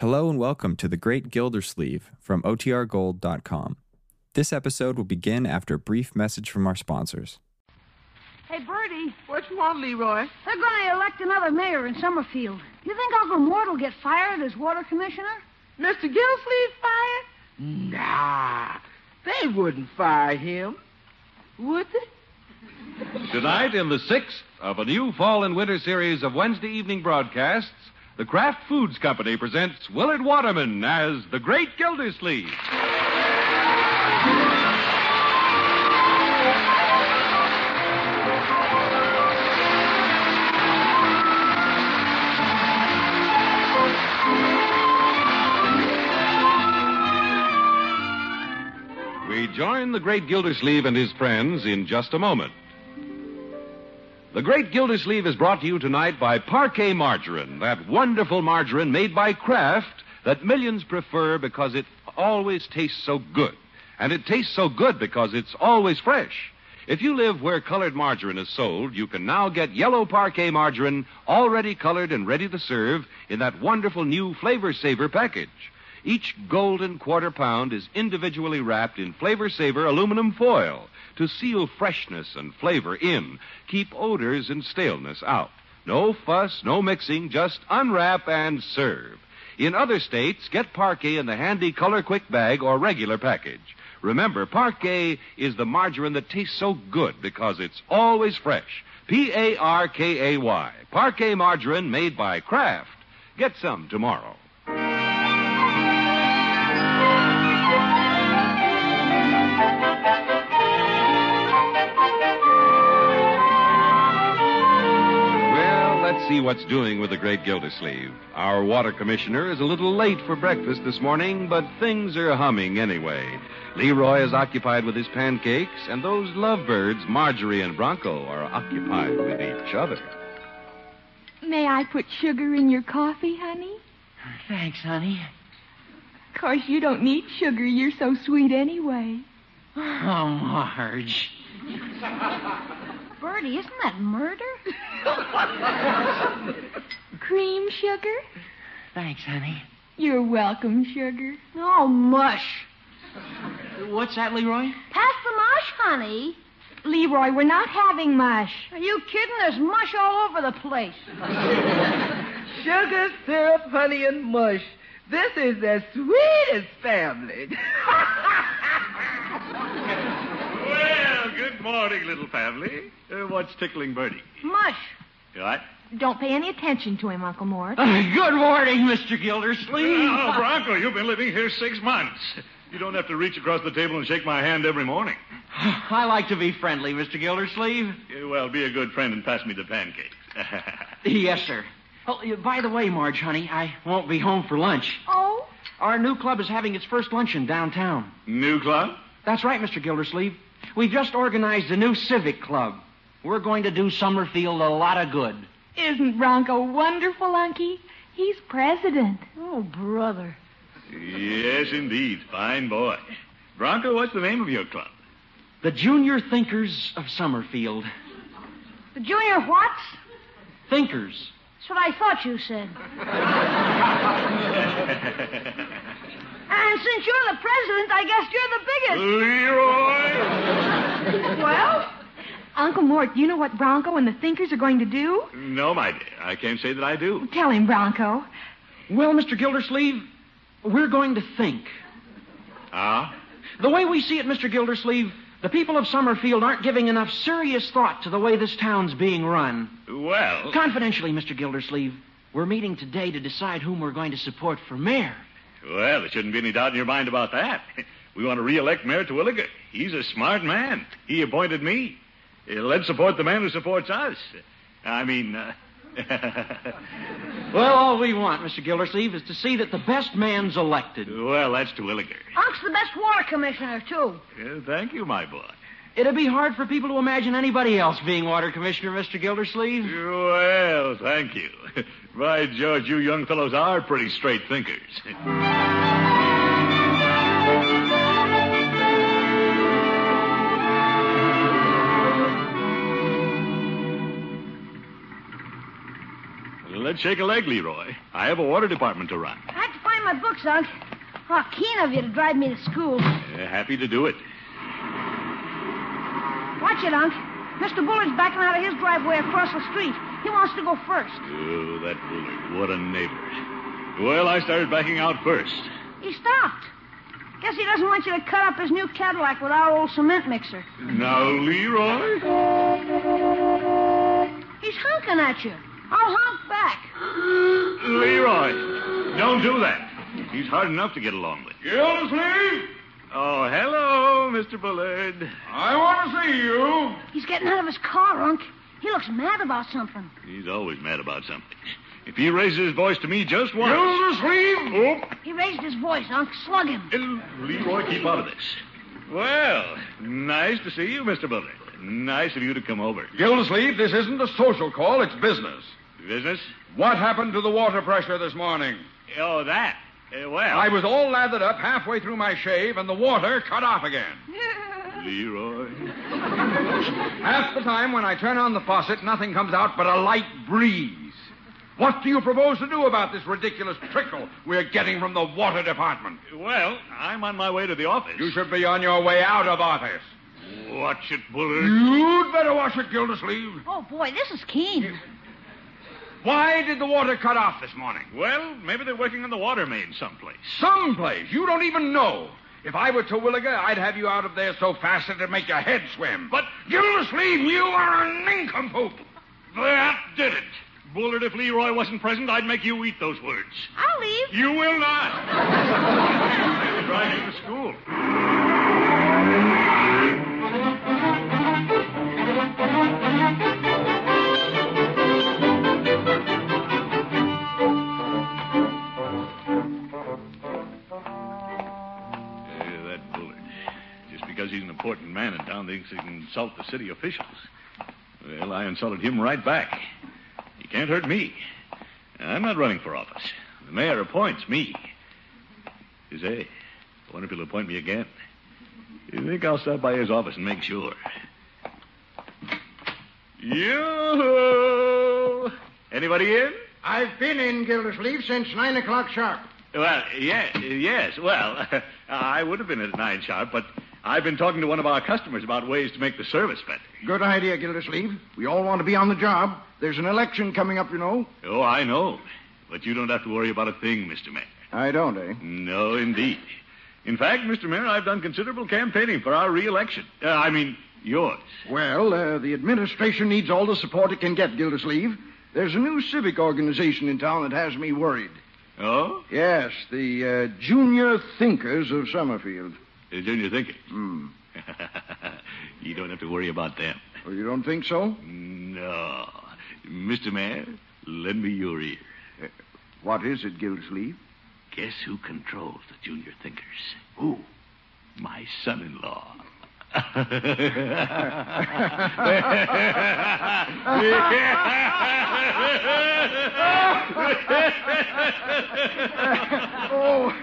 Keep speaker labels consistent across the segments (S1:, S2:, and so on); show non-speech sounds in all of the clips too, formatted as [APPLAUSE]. S1: Hello and welcome to The Great Gildersleeve from OTRGold.com. This episode will begin after a brief message from our sponsors.
S2: Hey, Bertie,
S3: What's wrong, Leroy?
S2: they're going to elect another mayor in Summerfield. You think Uncle Mort will get fired as water commissioner?
S3: Mr. Gilsleeve fired? Nah, they wouldn't fire him, would they?
S4: Tonight, in the sixth of a new fall and winter series of Wednesday evening broadcasts, the Kraft Foods Company presents Willard Waterman as the Great Gildersleeve. We join the Great Gildersleeve and his friends in just a moment. The Great Gildersleeve is brought to you tonight by Parquet Margarine, that wonderful margarine made by Kraft that millions prefer because it always tastes so good. And it tastes so good because it's always fresh. If you live where colored margarine is sold, you can now get yellow parquet margarine already colored and ready to serve in that wonderful new Flavor Saver package. Each golden quarter pound is individually wrapped in Flavor Saver aluminum foil to seal freshness and flavor in, keep odors and staleness out. No fuss, no mixing, just unwrap and serve. In other states, get parquet in the handy color quick bag or regular package. Remember, parquet is the margarine that tastes so good because it's always fresh. P A R K A Y. Parquet margarine made by Kraft. Get some tomorrow. Well, let's see what's doing with the great Gildersleeve. Our water commissioner is a little late for breakfast this morning, but things are humming anyway. Leroy is occupied with his pancakes, and those lovebirds, Marjorie and Bronco, are occupied with each other.
S5: May I put sugar in your coffee, honey?
S3: Thanks, honey.
S5: Of course, you don't need sugar. You're so sweet
S3: [SIGHS]
S5: anyway. [LAUGHS]
S3: Oh, Marge.
S2: Bertie, isn't that murder?
S5: [LAUGHS] Cream sugar?
S3: Thanks, honey.
S5: You're welcome, sugar.
S2: Oh, mush.
S3: What's that, Leroy?
S2: Pass the mush, honey.
S5: Leroy, we're not having mush.
S2: Are you kidding? There's mush all over the place.
S3: Sugar, syrup, honey, and mush. This is the sweetest family.
S4: Well, good morning, little family. Uh, what's tickling Bertie?
S2: Mush.
S4: What?
S5: Don't pay any attention to him, Uncle Mort.
S3: [LAUGHS] Uh, Good morning, Mr. Gildersleeve.
S4: Oh, Bronco, you've been living here six months. You don't have to reach across the table and shake my hand every morning.
S3: [SIGHS] I like to be friendly, Mr. Gildersleeve.
S4: Eh, Well, be a good friend and pass me the [LAUGHS] pancakes.
S3: Yes, sir. Oh, uh, by the way, Marge, honey, I won't be home for lunch.
S5: Oh,
S3: Our new club is having its first luncheon downtown.
S4: New club?
S3: That's right, Mr. Gildersleeve. We've just organized a new civic club. We're going to do Summerfield a lot of good.
S5: isn't Bronco wonderful, Unky? He's president.
S2: Oh, brother.
S4: Yes, indeed. Fine boy. Bronco, what's the name of your club?
S3: The Junior Thinkers of Summerfield.
S2: The junior whats?
S3: Thinkers.
S2: That's what I thought you said. and since you're the president, I guess you're the biggest. Oh,
S4: Leroy?
S2: well,
S5: Uncle Mort, you know what Bronco and the Thinkers are going to do?
S4: No, my dear. I can't say that I do.
S5: Tell him, Bronco.
S3: Well, Mr. Gildersleeve, we're going to think.
S4: Ah?
S3: The way we see it, Mr. Gildersleeve, the people of Summerfield aren't giving enough serious thought to the way this town's being run.
S4: Well.
S3: Confidentially, Mr. Gildersleeve, we're meeting today to decide whom we're going to support for
S4: [LAUGHS]
S3: mayor.
S4: Well, there shouldn't be any doubt in your mind about that. [LAUGHS] We want to re-elect Mayor Terwilliger. He's a smart man. He appointed me. Uh, Let's support the man who supports us. I mean, uh...
S3: Well, all we want, Mr. Gildersleeve, is to see that the best man's elected.
S4: well, that's Terwilliger.
S2: Unc's the best water commissioner, too.
S4: Uh, thank you, my boy.
S3: It'd be hard for people to imagine anybody else being water commissioner, Mr. Gildersleeve.
S4: Well, thank you. [LAUGHS] By George, you young fellows are pretty straight thinkers. [LAUGHS] Let's shake a leg, Leroy. I have a water department to run.
S2: I had to find sign my books, Unc. How keen of you to drive me to school.
S6: Uh, happy to do it.
S2: Watch it, Unc. Mr. Bullard's backing out of his driveway across the street. He wants to go first.
S6: Oh, that Bullard, what a neighbor. Well, I started backing out first.
S2: He stopped. Guess he doesn't want you to cut up his new Cadillac with our old cement mixer.
S6: Now, Leroy.
S2: He's honking at you. I'll honk back.
S6: Leroy, don't do that. He's hard enough to get along with. Gildersleeve? Oh, hello, Mr. Bullard. I want to see you.
S2: He's getting out of his car, Unc. He looks mad about something.
S6: He's always mad about something. If he raises his voice to me just once. Gildersleeve! Oh,
S2: He raised his voice, Unc. Slug him.
S6: and Leroy, keep out of this. Well, nice to see you, Mr. Bullard. Nice of you to come over.
S7: Gildersleeve, this isn't a social call, it's business.
S6: Business?
S7: What happened to the water pressure this morning?
S6: Oh, that. Uh, well.
S7: I was all lathered up halfway through my shave, and the water cut off again.
S6: Leroy.
S7: Half the time when I turn on the faucet, nothing comes out but a light breeze. What do you propose to do about this ridiculous trickle we're getting from the water department?
S6: Well, I'm on my way to the office.
S7: You should be on your way out of office.
S6: Watch it, Bullard.
S7: You'd better wash it, Gildersleeve.
S2: Oh, boy, this is keen.
S7: Why did the water cut off this morning?
S6: Well, maybe they're working on the water main someplace.
S7: Someplace. You don't even know. If I were Terwilliger, I'd have you out of there so fast it'd make your head swim. But, Gildersleeve, you are a nincompoop.
S6: That did it. Bullard, if Leroy wasn't present, I'd make you eat those words.
S2: I'll leave.
S6: You will not. They're driving you to school. Yeah, Eh, that Bullard. Just because he's an important man in town thinks he can insult the city officials. Well, I insulted him right back. He can't hurt me. I'm not running for office. The mayor appoints me. You say, I wonder if he'll appoint me again. You think I'll stop by his office and make sure? You. Anybody in?
S8: I've been in Gildersleeve since nine o'clock sharp.
S6: Well, yes, yes. Well, [LAUGHS] I would have been at nine sharp, but I've been talking to one of our customers about ways to make the service better.
S8: Good idea, Gildersleeve. We all want to be on the job. There's an election coming up, you know.
S6: Oh, I know. But you don't have to worry about a thing, Mr. Mayor.
S8: I don't, eh?
S6: No, indeed. In fact, Mr. Mayor, I've done considerable campaigning for our reelection. Uh, I mean, yours.
S8: Well, uh, the administration needs all the support it can get, Gildersleeve. There's a new civic organization in town that has me worried.
S6: Oh?
S8: Yes, the uh, Junior Thinkers of Summerfield.
S6: The junior thinkers.
S8: Hmm.
S6: [LAUGHS] you don't have to worry about them.
S8: Oh, you don't think so?
S6: No. Mr. Mayor, lend me your ear.
S8: Uh, What is it, Gildersleeve?
S6: Guess who controls the junior thinkers? Who? My son in
S8: [LAUGHS]
S6: [LAUGHS] law.
S8: [LAUGHS] Oh,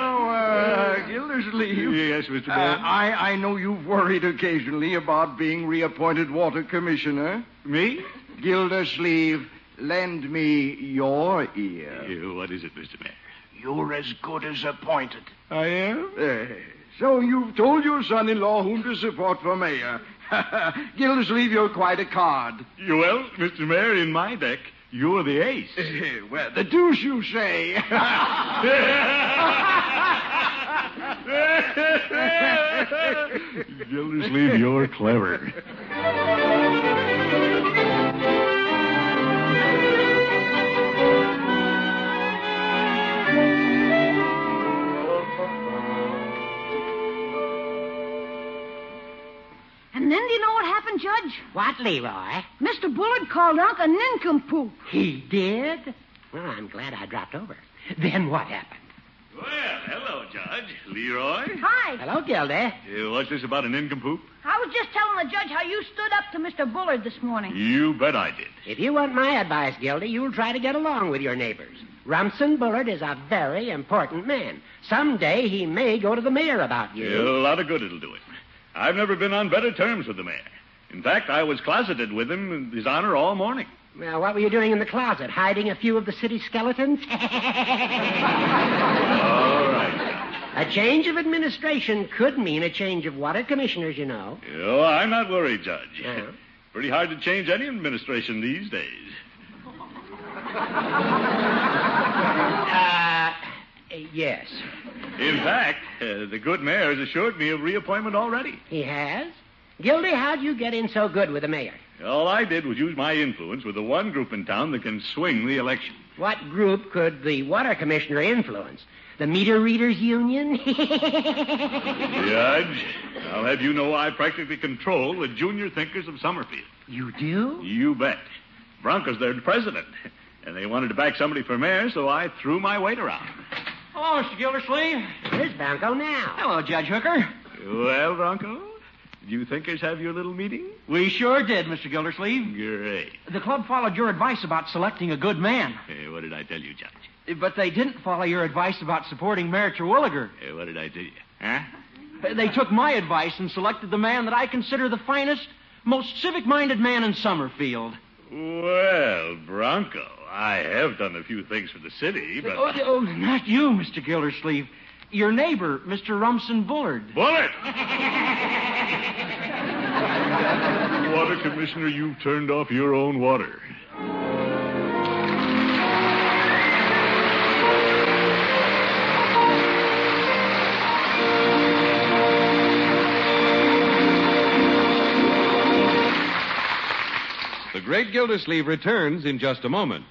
S8: oh uh, Gildersleeve.
S6: yes, Mr.
S8: Uh,
S6: Mayor.
S8: I, I know you've worried occasionally about being reappointed water commissioner.
S6: Me?
S8: Gildersleeve, lend me your ear.
S6: You, what is it, Mr. Mayor?
S8: You're as good as appointed.
S6: I am?
S8: Eh, so you've told your son-in-law whom to support for mayor. [LAUGHS] Gildersleeve, you're quite a card.
S6: Well, Mr. Mayor, in my deck, you're the [LAUGHS] ace.
S8: well, the deuce you
S6: [LAUGHS]
S8: say.
S6: Gildersleeve, you're clever.
S2: And then do you know what happened, Judge?
S9: What, Leroy?
S2: Mr. Bullard called Unc a nincompoop.
S9: He did? Well, I'm glad I dropped over. Then what happened?
S6: Well, hello, Judge. Leroy?
S2: Hi.
S9: Hello, Gilda.
S6: Uh, what's this about an nincompoop?
S2: I was just telling the judge how you stood up to Mr. Bullard this morning.
S6: You bet I did.
S9: If you want my advice, Gilda, you'll try to get along with your neighbors. Rumson Bullard is a very important man. Someday he may go to the mayor about you.
S6: A lot of good it'll do him. I've never been on better terms with the mayor. In fact, I was closeted with him in his honor all morning.
S9: Well, what were you doing in the closet? Hiding a few of the city skeletons? [LAUGHS]
S6: All right.
S9: a change of administration could mean a change of water commissioners, you know.
S6: Oh, I'm not worried, Judge.
S9: Yeah.
S6: [LAUGHS] Pretty hard to change any administration these days.
S9: Uh, yes.
S6: In fact, uh, the good mayor has assured me of reappointment already.
S9: He has? Gildy, how'd you get in so good with the mayor?
S6: All I did was use my influence with the one group in town that can swing the election.
S9: What group could the water commissioner influence? The meter readers union? [LAUGHS]
S6: Judge, I'll have you know I practically control the junior thinkers of Summerfield.
S9: you do?
S6: You bet. Bronco's their president, and they wanted to back somebody for mayor, so I threw my weight around.
S3: Hello, Mr. Gildersleeve.
S9: Where's Banco now?
S3: Hello, Judge Hooker.
S6: Well, Bronco, do you thinkers have your little meeting?
S3: We sure did, Mr. Gildersleeve.
S6: Great.
S3: The club followed your advice about selecting a good man,
S6: Hey, eh, what did I tell you, Judge?
S3: but they didn't follow your advice about supporting Mayor Terwilliger.
S6: Hey, Eh, what did I tell you? Huh?
S3: Uh, They took my advice and selected the man that I consider the finest, most civic-minded man in Summerfield.
S6: Well, Bronco, I have done a few things for the city, but.
S3: Oh, oh, not you, Mr. Gildersleeve. Your neighbor, Mr. Rumson Bullard.
S6: Bullet! water Commissioner, you've turned off your own water.
S4: The Great Gildersleeve returns in just a moment.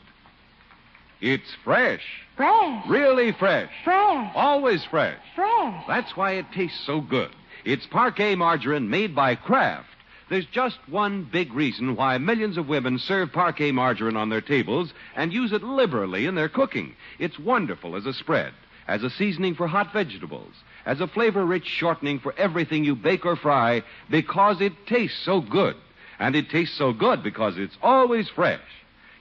S4: It's fresh,
S10: Fresh,
S4: really fresh,
S10: fresh,
S4: always fresh.
S10: fresh.
S4: That's why it tastes so good. It's parquet margarine made by Kraft. There's just one big reason why millions of women serve parquet margarine on their tables and use it liberally in their cooking. It's wonderful as a spread, as a seasoning for hot vegetables, as a flavor rich shortening for everything you bake or fry because it tastes so good. And it tastes so good because it's always fresh.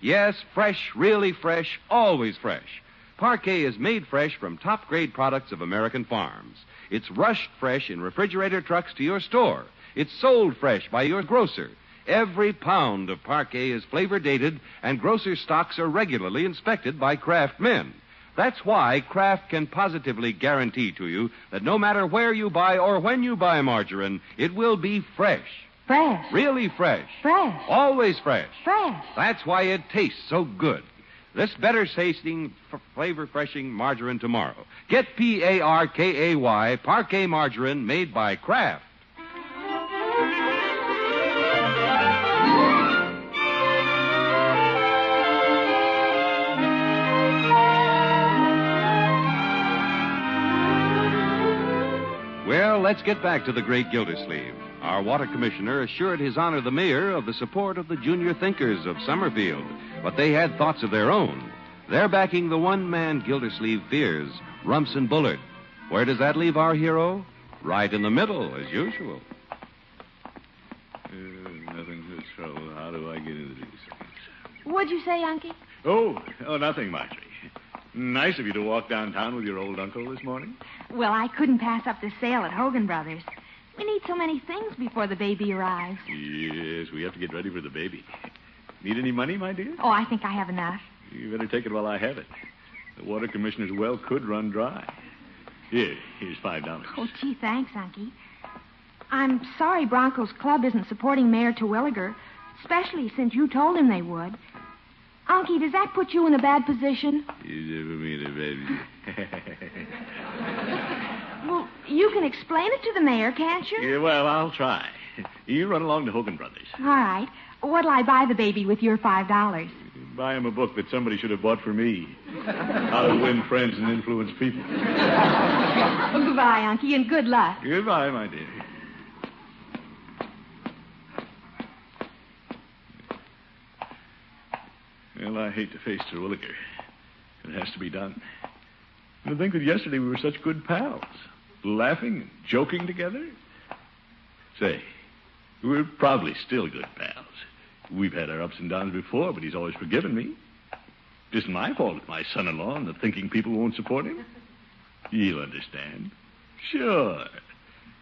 S4: Yes, fresh, really fresh, always fresh. Parquet is made fresh from top grade products of American farms. It's rushed fresh in refrigerator trucks to your store. It's sold fresh by your grocer. Every pound of parquet is flavor dated, and grocer stocks are regularly inspected by Kraft men. That's why Kraft can positively guarantee to you that no matter where you buy or when you buy margarine, it will be fresh.
S10: Fresh,
S4: Really fresh.
S10: fresh,
S4: Always fresh.
S10: fresh.
S4: That's why it tastes so good. This better tasting, f- flavor freshing margarine tomorrow. Get P A R K A Y, parquet margarine made by Kraft. Well, let's get back to the great Gildersleeve. Our water commissioner assured his honor the mayor of the support of the junior thinkers of Summerfield, but they had thoughts of their own. They're backing the one man Gildersleeve fears, Rumsen Bullard. Where does that leave our hero? Right in the middle, as usual.
S6: Uh, nothing but trouble. How do I get into these
S5: What'd you say, Unky?
S6: things? Oh, oh, nothing, Marjorie. Nice of you to walk downtown with your old uncle this morning.
S5: Well, I couldn't pass up the sale at Hogan Brothers. We need so many things before the baby arrives.
S6: Yes, we have to get ready for the baby. Need any money, my dear?
S5: Oh, I think I have enough.
S6: You better take it while I have it. The water commissioner's well could run dry. Here, here's five dollars.
S5: Oh, gee, thanks, Unky. I'm sorry Bronco's club isn't supporting Mayor Terwilliger, especially since you told him they would. Unky, does that put you in a bad position?
S6: You never meet a baby. [LAUGHS]
S5: Well, you can explain it to the mayor, can't you?
S6: yeah, well, I'll try. You run along to Hogan Brothers.
S5: All right. What'll I buy the baby with your five dollars?
S6: Buy him a book that somebody should have bought for me. How to Win Friends and Influence People.
S5: Oh, [LAUGHS] goodbye, Unky, and good luck.
S6: Goodbye, my dear. Well, I hate to face Terwilliger. It has to be done. And to think that yesterday we were such good pals, laughing and joking together. Say, we're probably still good pals. We've had our ups and downs before, but he's always forgiven me. It isn't my fault if my son-in-law and the thinking people won't support him. You'll understand. Sure.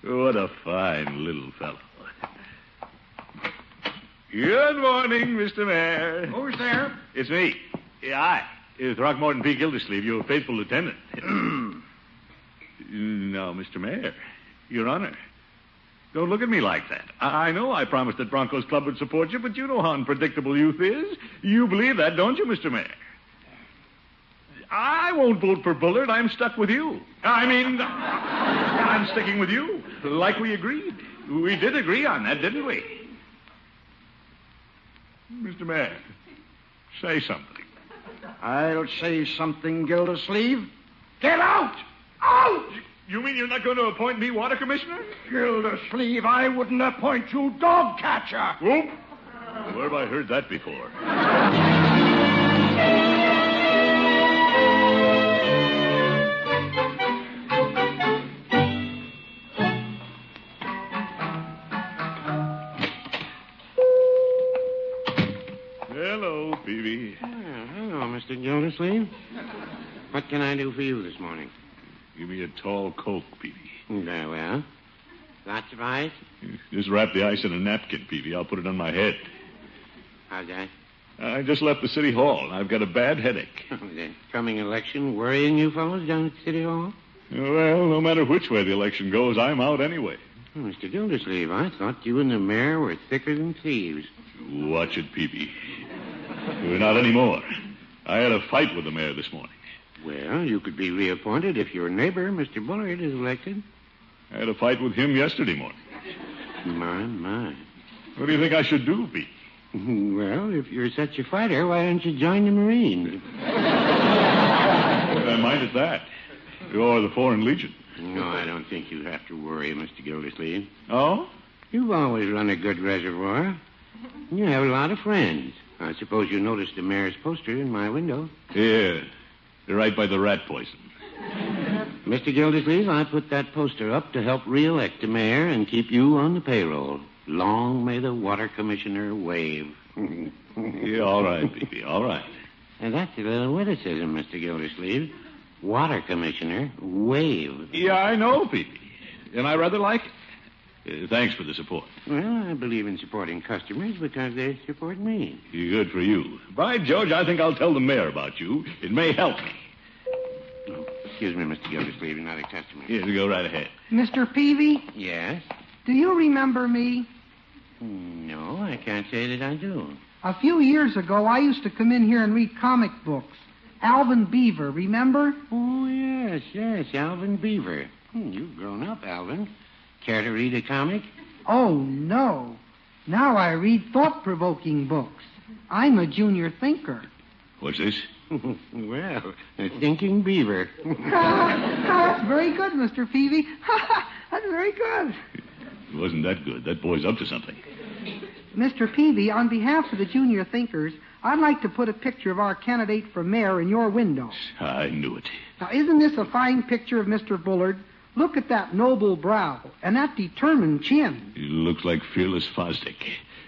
S6: What a fine little fellow. Good morning, Mr. Mayor.
S8: Who's there?
S6: It's me. Yeah, I. Uh, Throckmorton P. Gildersleeve, your faithful lieutenant. now, Mr. Mayor, Your Honor, don't look at me like that. I-, I know I promised that Broncos Club would support you, but you know how unpredictable youth is. You believe that, don't you, Mr. Mayor? I won't vote for Bullard. I'm stuck with you. I mean, [LAUGHS] I'm sticking with you, like we agreed. We did agree on that, didn't we? Mr. Mayor, say something.
S8: I'll say something, Gildersleeve.
S6: Get out! Out! You mean you're not going to appoint me water commissioner?
S8: Gildersleeve, I wouldn't appoint you dog catcher.
S6: Whoop! Where have I heard that before? Hello, Phoebe.
S11: hello, Mr. Gildersleeve. What can I do for you this morning?
S6: Give me a tall Coke, Peavy.
S11: Very well. Lots of
S6: [LAUGHS]
S11: ice?
S6: Just wrap the ice in a napkin, Peavy. I'll put it on my head.
S11: How's that?
S6: I just left the city hall, and I've got a bad headache.
S11: the coming election worrying you fellows down at City Hall?
S6: Well, no matter which way the election goes, I'm out anyway.
S11: Oh, Mr. Gildersleeve, I thought you and the mayor were thicker than thieves.
S6: Watch it, Peavy. We're not anymore. I had a fight with the mayor this morning.
S11: Well, you could be reappointed if your neighbor, Mr. Bullard, is elected.
S6: I had a fight with him yesterday morning.
S11: My, my.
S6: What do you think I should do, Peavy?
S11: Well, if you're such a fighter, why don't you join the
S6: [LAUGHS]
S11: Marines?
S6: I might at that. Or the Foreign Legion.
S11: No, I don't think you have to worry, Mr. Gildersleeve.
S6: Oh?
S11: You've always run a good reservoir. You have a lot of friends. I suppose you noticed the mayor's poster in my window.
S6: Yeah. Right by the rat
S11: [LAUGHS]
S6: poison.
S11: Mr. Gildersleeve, I put that poster up to help reelect the mayor and keep you on the payroll. Long may the water commissioner wave.
S6: [LAUGHS] Yeah, all right, Peavy. All right.
S11: And that's a little witticism, Mr. Gildersleeve. Water commissioner, wave.
S6: Yeah, I know, Peavy. And I rather like it. Uh, thanks for the support.
S11: Well, I believe in supporting customers because they support me.
S6: Good for you. By George, I think I'll tell the mayor about you. It may help me.
S11: Oh, excuse me, Mr. Gildersleeve, you're not a customer.
S6: Here, you go right ahead.
S12: Mr. Peavy,
S11: Yes?
S12: do you remember me?
S11: No, I can't say that I do.
S12: A few years ago, I used to come in here and read comic books. Alvin Beaver, remember?
S11: Oh, yes, yes, Alvin Beaver. Hmm, you've grown up, Alvin. Care to read a comic?
S12: Oh, no. Now I read thought provoking books. I'm a junior thinker.
S6: What's this?
S11: [LAUGHS] well, a thinking beaver.
S12: That's very good, Mr. Peavy. [LAUGHS] That's very good.
S6: It wasn't that good. That boy's up to something.
S12: Mr. Peavy, on behalf of the junior thinkers, I'd like to put a picture of our candidate for mayor in your window.
S6: I knew it.
S12: Now, isn't this a fine picture of Mr. Bullard? Look at that noble brow and that determined chin.
S6: He looks like fearless Fosdick.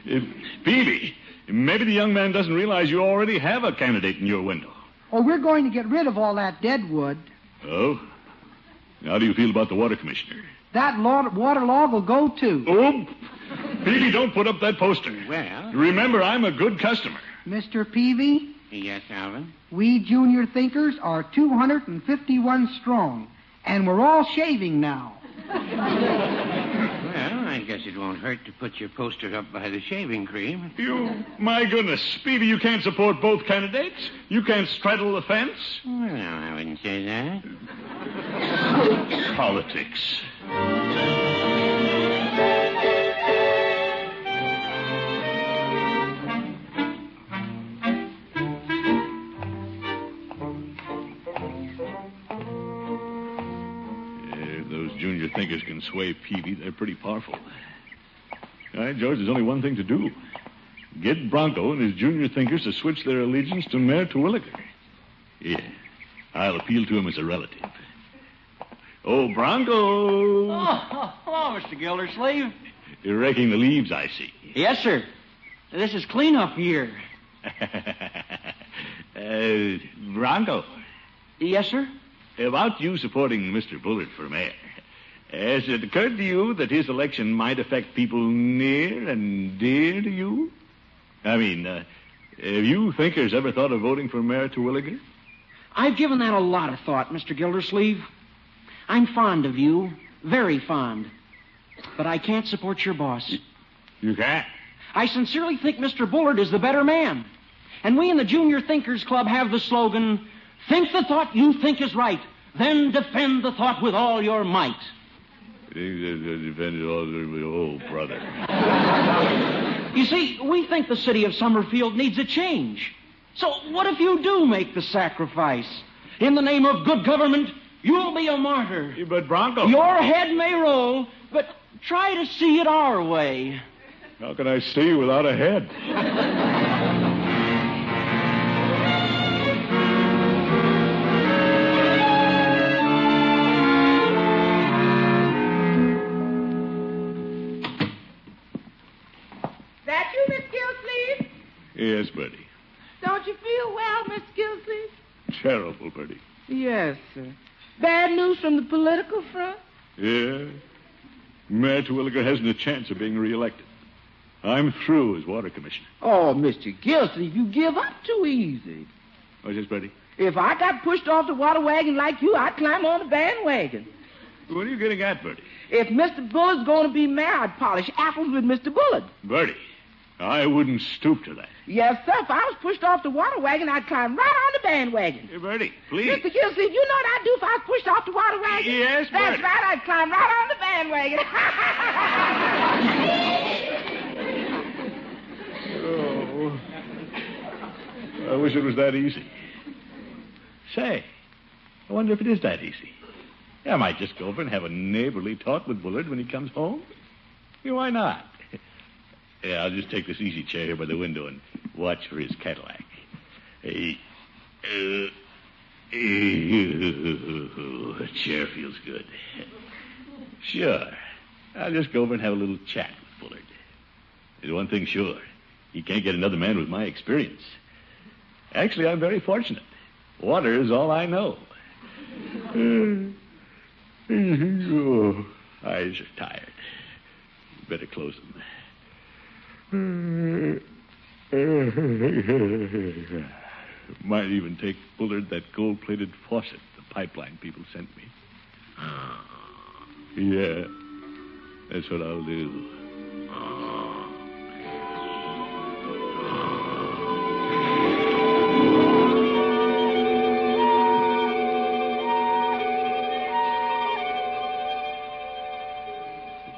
S6: Uh, Peavy, maybe the young man doesn't realize you already have a candidate in your window.
S12: Oh, we're going to get rid of all that dead wood.
S6: Oh? How do you feel about the water commissioner?
S12: That law, water log will go to.
S6: Oh, Peavy, don't put up that poster.
S11: Well-
S6: Remember, I'm a good customer.
S12: Mr. Peavy,
S11: yes, Alvin?
S12: we junior thinkers are 251 strong, and we're all shaving now.
S11: Well, I guess it won't hurt to put your poster up by the shaving cream.
S6: You, my goodness, Peavy, you can't support both candidates. You can't straddle the fence.
S11: Well, I wouldn't say that.
S6: Politics. If those junior thinkers can sway Peavy, they're pretty powerful. All right, George, there's only one thing to do. Get Bronco and his junior thinkers to switch their allegiance to Mayor Terwilliger. Yeah, I'll appeal to him as a relative. Oh, Bronco!
S3: Oh, [LAUGHS] hello, Mr. Gildersleeve.
S6: You're raking the leaves, I see. [LAUGHS]
S3: Yes, sir. This is cleanup year.
S6: uh, Bronco,
S3: Yes, sir.
S6: about you supporting Mr. Bullard for mayor, has it occurred to you that his election might affect people near and dear to you? I mean, uh, have you thinkers ever thought of voting for Mayor Terwilliger?
S3: I've given that a lot of thought, Mr. Gildersleeve. I'm fond of you, very fond. But I can't support your boss.
S6: You can't.
S3: I sincerely think Mr. Bullard is the better man. And we in the Junior Thinkers Club have the slogan Think the thought you think is right, then defend the thought with all your might.
S6: Oh, brother.
S3: You see, we think the city of Summerfield needs a change. So what if you do make the sacrifice? In the name of good government, you'll be a martyr.
S6: But Bronco.
S3: Your head may roll, but try to see it our way.
S6: How can I see you without a head?
S13: [LAUGHS] That you, Miss Gilsleeve?
S6: Yes, Bertie.
S13: Don't you feel well, Miss Gilsleeve?
S6: Terrible, Bertie.
S13: Yes, sir. Bad news from the political front?
S6: Yeah. Mayor Terwilliger hasn't a chance of being reelected. I'm through as water commissioner.
S13: Oh, Mr. Gilsleeve, you give up too easy.
S6: Oh, yes, Bertie.
S13: If I got pushed off the water wagon like you, I'd climb on the bandwagon.
S6: What are you getting at, Bertie?
S13: If Mr. Bullard's going to be mayor, I'd polish apples with Mr. Bullard.
S6: Bertie, I wouldn't stoop to that.
S13: Yes, sir. If I was pushed off the water wagon, I'd climb right on the bandwagon.
S6: Hey, Bertie, please.
S13: Mr. Gilsleeve, you know what I'd do if I was pushed off the water wagon?
S6: Yes,
S13: That's
S6: Bertie.
S13: right. I'd climb right on the bandwagon.
S6: Oh. I wish it was that easy. Say, I wonder if it is that easy. I might just go over and have a neighborly talk with Bullard when he comes home. Yeah, why not? Yeah, I'll just take this easy chair here by the window and watch for his Cadillac. Hey, uh, ew, that chair feels good. Sure. I'll just go over and have a little chat with Bullard. There's one thing sure. He can't get another man with my experience. Actually, I'm very fortunate. Water is all I know. oh, eyes are tired. Better close them. Might even take Bullard that gold plated faucet the pipeline people sent me. Ah. Yeah, that's what I'll do.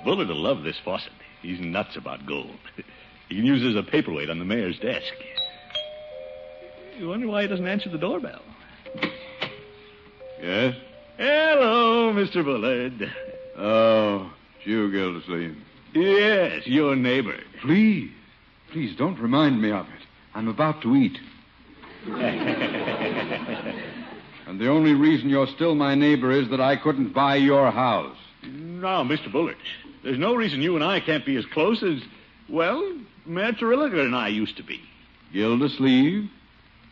S6: Bullard will love this faucet. He's nuts about gold. [LAUGHS] He can use it as a paperweight on the mayor's desk. You wonder why he doesn't answer the doorbell.
S7: Yes?
S6: Hello, Mr. Bullard.
S7: Oh, it's you, Gildersleeve.
S6: Yes, your neighbor.
S14: Please, please don't remind me of it. I'm about to
S6: [LAUGHS]
S14: eat. and the only reason you're still my neighbor is that I couldn't buy your house.
S6: Now, Mr. Bullard, there's no reason you and I can't be as close as, well, Mayor Terwilliger and I used to be.
S7: Gildersleeve,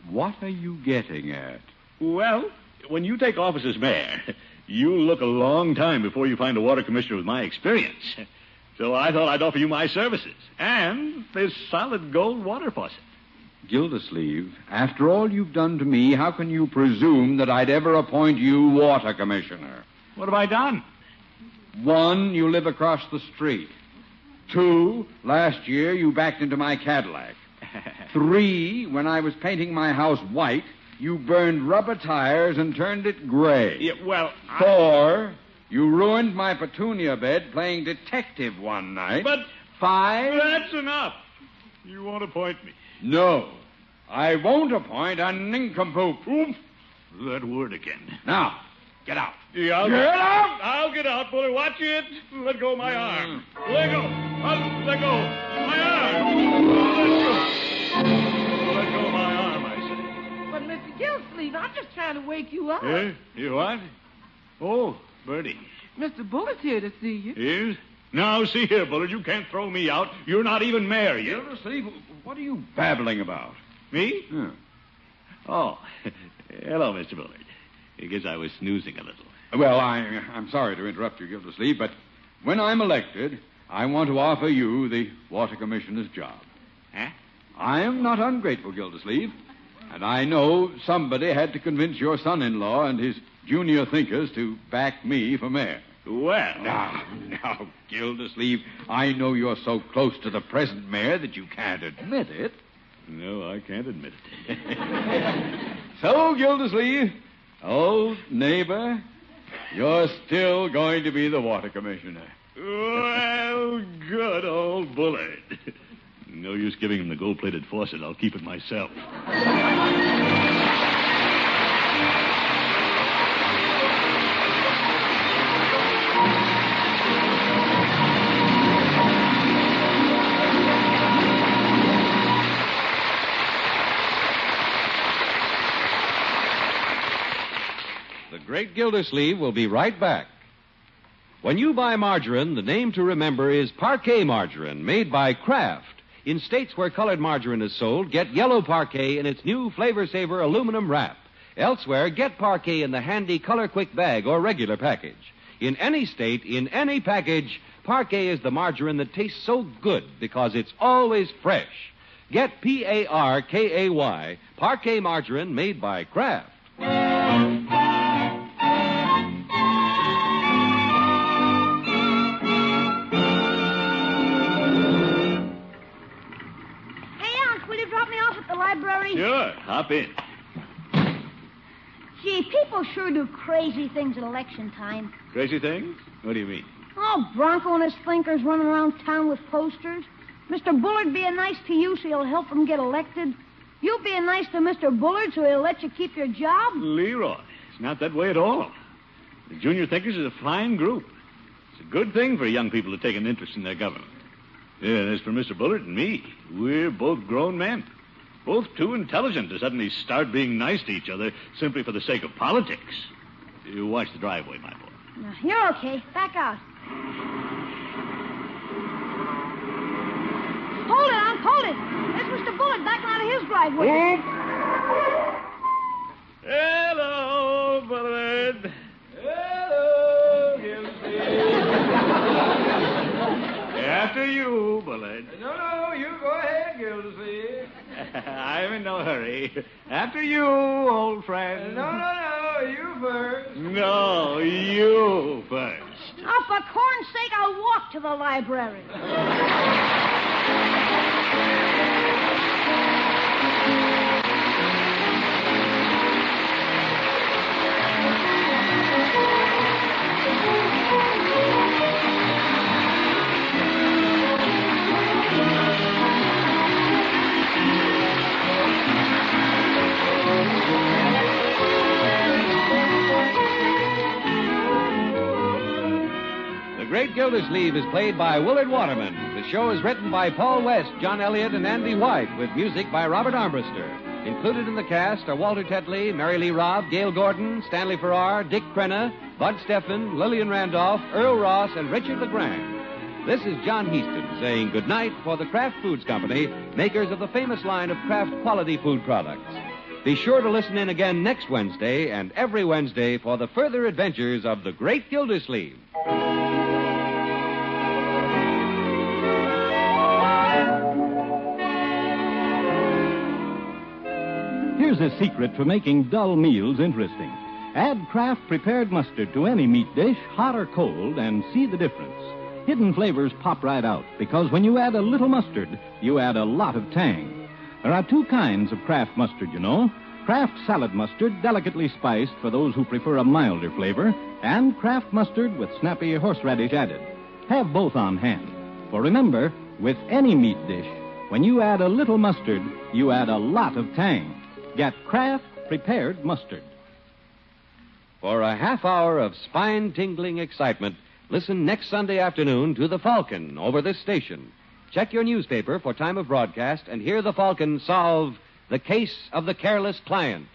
S7: what are you getting at?
S6: Well, when you take office as mayor, you look a long time before you find a water commissioner with my experience. So I thought I'd offer you my services and this solid gold water faucet.
S7: Gildersleeve, after all you've done to me, how can you presume that I'd ever appoint you water commissioner?
S6: What have I done?
S7: One, you live across the street. Two, last year you backed into my Cadillac. Three, when I was painting my house white, you burned rubber tires and turned it gray.
S6: Yeah, well, I-
S7: Four, you ruined my petunia bed playing detective one night.
S6: but
S7: Five,
S6: that's enough. You won't appoint me.
S7: no. I won't appoint a nincompoop.
S6: That word again.
S7: Now, get out.
S6: Yeah, I'll
S7: Get out!
S6: I'll get out, Bullard. Watch it. Let go of my arm. Let go. Uh, let go. My arm. Let go. Let go of my arm, I
S13: [LAUGHS]
S6: say.
S13: but, Mr. Gilsleeve, I'm just trying to wake you up.
S6: Eh? You what? Oh, Bertie.
S13: Mr. Bullard's here to see you.
S6: Is? Now, see here, Bullard. You can't throw me out. You're not even mayor yet.
S7: Gildersleeve, what are you babbling about?
S6: Me?
S7: Hmm.
S6: Oh. [LAUGHS] Hello, Mr. Bullard. I guess I was snoozing a little.
S7: Well, I, I'm sorry to interrupt you, Gildersleeve, but when I'm elected, I want to offer you the Water Commissioner's job.
S6: Huh?
S7: I am not ungrateful, Gildersleeve. And I know somebody had to convince your son in law and his junior thinkers to back me for mayor.
S6: Well.
S7: Now, now, Gildersleeve, I know you're so close to the present mayor that you can't admit it.
S6: No, I can't admit [LAUGHS]
S7: it. so, Gildersleeve, old neighbor, you're still going to be the water commissioner.
S6: Well, good old Bullard. No use giving him the gold plated faucet. I'll keep it myself.
S4: The Great Gildersleeve will be right back. When you buy margarine, the name to remember is Parquet Margarine, made by Kraft. In states where colored margarine is sold, get yellow parquet in its new flavor saver aluminum wrap. Elsewhere, get parquet in the handy Color Quick bag or regular package. In any state, in any package, parquet is the margarine that tastes so good because it's always fresh. Get P A R K A Y, parquet margarine made by Kraft.
S2: library?
S6: Sure. Hop in.
S2: Gee, people sure do crazy things at election time.
S6: Crazy things? What do you mean?
S2: Oh, Bronco and his thinkers running around town with posters. Mr. Bullard being nice to you so you'll help him get elected. You being nice to Mr. Bullard so he'll let you keep your job.
S6: Leroy, it's not that way at all. The Junior Thinkers is a fine group. It's a good thing for young people to take an interest in their government. Yeah, and as for Mr. Bullard and me, we're both grown men both too intelligent to suddenly start being nice to each other simply for the sake of politics. You watch the driveway, my boy.
S2: No, you're okay. Back out. Hold it, Unc, hold it. That's Mr. Bullet backing out of his driveway.
S6: Oop. Hello, Bullard.
S13: Hello,
S6: [LAUGHS]
S13: Gildersleeve.
S6: After you, Bullard. [LAUGHS]
S13: No, no, Oh, you go ahead, Gildersleeve.
S6: I'm in no hurry. After you, old friend.
S13: No, no, no. You first.
S6: No, you first.
S2: Oh, for corn's sake, I'll walk to the library.
S4: Great Gildersleeve is played by Willard Waterman. The show is written by Paul West, John Elliott, and Andy White, with music by Robert Armbruster. Included in the cast are Walter Tetley, Mary Lee Robb, Gail Gordon, Stanley Farrar, Dick Crenna, Bud Steffen, Lillian Randolph, Earl Ross, and Richard LeGrand. This is John Heaston saying goodnight for the Kraft Foods Company, makers of the famous line of Kraft quality food products. Be sure to listen in again next Wednesday and every Wednesday for the further adventures of the Great Gildersleeve.
S15: Here's a secret for making dull meals interesting. Add Kraft prepared mustard to any meat dish, hot or cold, and see the difference. Hidden flavors pop right out because when you add a little mustard, you add a lot of tang. There are two kinds of Kraft mustard, you know. Kraft salad mustard, delicately spiced for those who prefer a milder flavor, and Kraft mustard with snappy horseradish added. Have both on hand. For remember, with any meat dish, when you add a little mustard, you add a lot of tang. Get Kraft Prepared Mustard.
S4: For a half hour of spine tingling excitement, listen next Sunday afternoon to The Falcon over this station. Check your newspaper for time of broadcast and hear The Falcon solve the case of the careless client.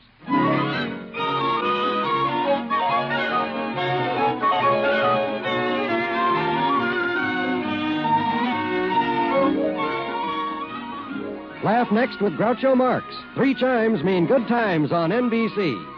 S8: Laugh next with Groucho Marx. Three chimes mean good times on NBC.